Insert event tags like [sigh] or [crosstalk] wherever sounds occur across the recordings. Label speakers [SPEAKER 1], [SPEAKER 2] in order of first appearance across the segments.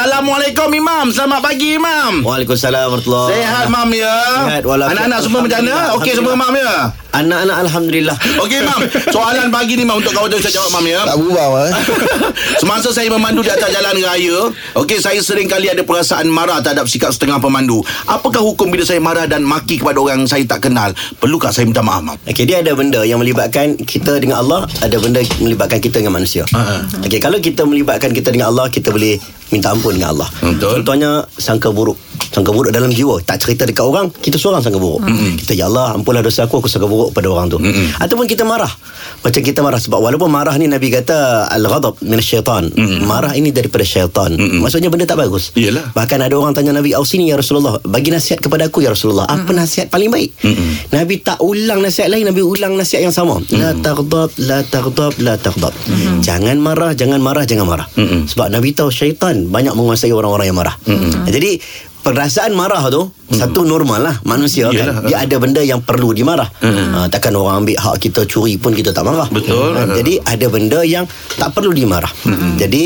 [SPEAKER 1] Assalamualaikum Imam Selamat pagi Imam
[SPEAKER 2] Waalaikumsalam warahmatullahi
[SPEAKER 1] Sehat Mam ya
[SPEAKER 2] Sihat, walafiat.
[SPEAKER 1] Anak-anak semua macam mana?
[SPEAKER 2] Alhamdulillah.
[SPEAKER 1] Okey semua Mam ya
[SPEAKER 2] Anak-anak Alhamdulillah
[SPEAKER 1] Okey
[SPEAKER 2] [laughs]
[SPEAKER 1] Mam Soalan pagi ni Mam Untuk kau tu saya jawab Mam ya
[SPEAKER 3] Tak berubah Mat, eh.
[SPEAKER 1] [laughs] Semasa saya memandu di atas jalan raya Okey saya sering kali ada perasaan marah Terhadap sikap setengah pemandu Apakah hukum bila saya marah dan maki kepada orang saya tak kenal Perlukah saya minta maaf Mam?
[SPEAKER 2] Okey dia ada benda yang melibatkan kita dengan Allah Ada benda yang melibatkan kita dengan manusia
[SPEAKER 1] Ha, ha.
[SPEAKER 2] Okey kalau kita melibatkan kita dengan Allah Kita boleh minta ampun dengan Allah
[SPEAKER 1] Betul.
[SPEAKER 2] Contohnya sangka buruk Sangka buruk dalam jiwa Tak cerita dekat orang Kita seorang sangka buruk Kita ya Allah ampunlah dosa aku Aku sangka buruk pada orang tu Ataupun kita marah Macam kita marah Sebab walaupun marah ni Nabi kata Al-ghadab min syaitan Marah ini daripada syaitan Maksudnya benda tak bagus
[SPEAKER 1] Yelah.
[SPEAKER 2] Bahkan ada orang tanya Nabi Ausini ya Rasulullah Bagi nasihat kepada aku ya Rasulullah Apa nasihat paling baik Mm-mm. Nabi tak ulang nasihat lain Nabi ulang nasihat yang sama La taghdab La taghdab La taghdab Jangan marah Jangan marah Jangan marah Mm-mm. Sebab Nabi tahu syaitan Banyak menguasai orang-orang yang marah Mm-mm. Jadi Perasaan marah tu Satu normal lah Manusia
[SPEAKER 1] Yelah.
[SPEAKER 2] kan Dia ada benda yang perlu dimarah ha, Takkan orang ambil hak kita Curi pun kita tak marah
[SPEAKER 1] Betul.
[SPEAKER 2] Ha, Jadi ada benda yang Tak perlu dimarah Jadi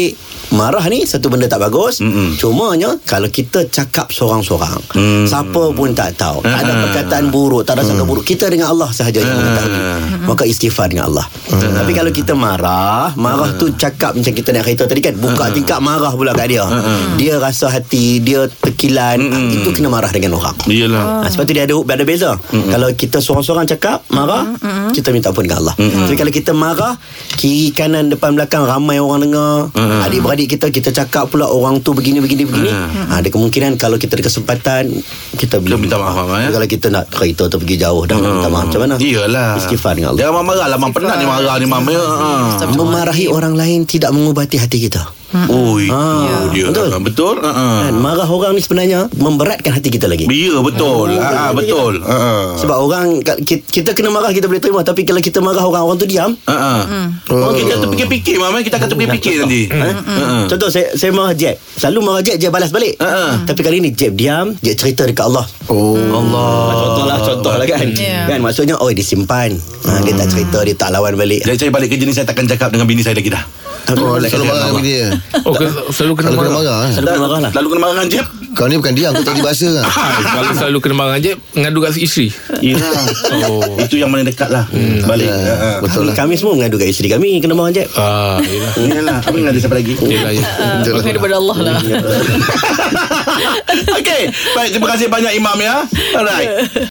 [SPEAKER 2] Marah ni satu benda tak bagus
[SPEAKER 1] Mm-mm.
[SPEAKER 2] Cumanya kalau kita cakap seorang-seorang,
[SPEAKER 1] Mm.
[SPEAKER 2] siapa pun tak tahu. Tak
[SPEAKER 1] Ah.
[SPEAKER 2] ada
[SPEAKER 1] Hmm.
[SPEAKER 2] perkataan buruk, tak ada sangka buruk. Kita dengan Allah sahaja yang
[SPEAKER 1] Ah. Hmm.
[SPEAKER 2] mengetahui. Maka istighfar dengan Allah. Tapi kalau kita marah, marah tu
[SPEAKER 1] Ah.
[SPEAKER 2] cakap macam kita naik kereta tadi kan, buka tingkap marah pula kat dia.
[SPEAKER 1] Ah.
[SPEAKER 2] Dia rasa hati, dia terkilan, Ah,
[SPEAKER 1] Hmm.
[SPEAKER 2] itu kena marah dengan orang.
[SPEAKER 1] Yelah
[SPEAKER 2] Ha, sebab tu dia ada, ada beza. Mm-hmm. Kalau kita seorang-seorang cakap, marah, mm-hmm. kita minta ampun dengan Allah. Mm-hmm. Tapi kalau kita marah, kiri kanan depan belakang ramai orang dengar. Mm-hmm. Adik-beradik kita kita cakap pula orang tu begini begini begini. Mm-hmm. Ha, ada kemungkinan kalau kita ada kesempatan kita Ah,
[SPEAKER 1] Kita minta maaf, eh?
[SPEAKER 2] Kalau kita nak kereta tu pergi jauh dah minta maaf macam mana?
[SPEAKER 1] Iyalah
[SPEAKER 2] Istighfar dengan Allah.
[SPEAKER 1] Jangan marah lah Mam Penat ni marah ni Mam ya ha.
[SPEAKER 2] Memarahi orang lain tidak mengubati hati kita.
[SPEAKER 1] Oh itu
[SPEAKER 2] Ah,
[SPEAKER 1] dia
[SPEAKER 2] betul.
[SPEAKER 1] Betul ha, ha.
[SPEAKER 2] Kan? Marah orang ni sebenarnya memberatkan hati kita lagi.
[SPEAKER 1] Ya betul ha, ha, Betul ha, ha.
[SPEAKER 2] Sebab orang kita, kita kena marah kita boleh terima tapi kalau kita marah orang orang tu diam
[SPEAKER 1] Ha, ha. Oh, kita terfikir-fikir Mam eh. Kita akan terfikir-fikir nanti Ha, ha.
[SPEAKER 3] Ah.
[SPEAKER 2] Contoh saya saya marah Jeb. Selalu marah Jeb Jeb balas balik.
[SPEAKER 1] Ha-ha.
[SPEAKER 2] Tapi kali ni Jeb diam, Jeb cerita dekat Allah.
[SPEAKER 3] Oh
[SPEAKER 2] Allah. Contoh lah contoh lah kan.
[SPEAKER 4] Ya.
[SPEAKER 2] Kan maksudnya oh dia simpan. Ha, dia tak cerita, dia tak lawan balik. Ah,
[SPEAKER 1] Jadi saya balik kerja ni Saya takkan cakap dengan bini saya lagi dah
[SPEAKER 3] Ya. Oh,
[SPEAKER 2] Alhamdulillah.
[SPEAKER 3] selalu marah dengan dia
[SPEAKER 5] Oh, kena, selalu kena
[SPEAKER 3] Selalu kena
[SPEAKER 5] marah.
[SPEAKER 3] marah eh.
[SPEAKER 2] Selalu kena marah lah.
[SPEAKER 1] Lalu kena marah dengan Jeb
[SPEAKER 3] Kau ni bukan dia Kau tak dibahasa lah
[SPEAKER 5] Ah, Kalau selalu kena marah je, ngadu kat isteri.
[SPEAKER 1] Yelah [laughs] oh. Itu yang mana dekat lah
[SPEAKER 2] Hmm.
[SPEAKER 1] Balik ha, ha.
[SPEAKER 3] Betul
[SPEAKER 2] Kami,
[SPEAKER 3] lah
[SPEAKER 2] kami semua mengadu kat isteri kami kena marah Jeb.
[SPEAKER 5] Ah, yelah.
[SPEAKER 1] Yelah Apa yang ada siapa lagi
[SPEAKER 5] Yelah,
[SPEAKER 1] [laughs]
[SPEAKER 5] yelah.
[SPEAKER 3] Betul
[SPEAKER 4] Bukan
[SPEAKER 3] lah
[SPEAKER 4] daripada Allah lah
[SPEAKER 1] Okey Baik terima kasih banyak Imam ya Alright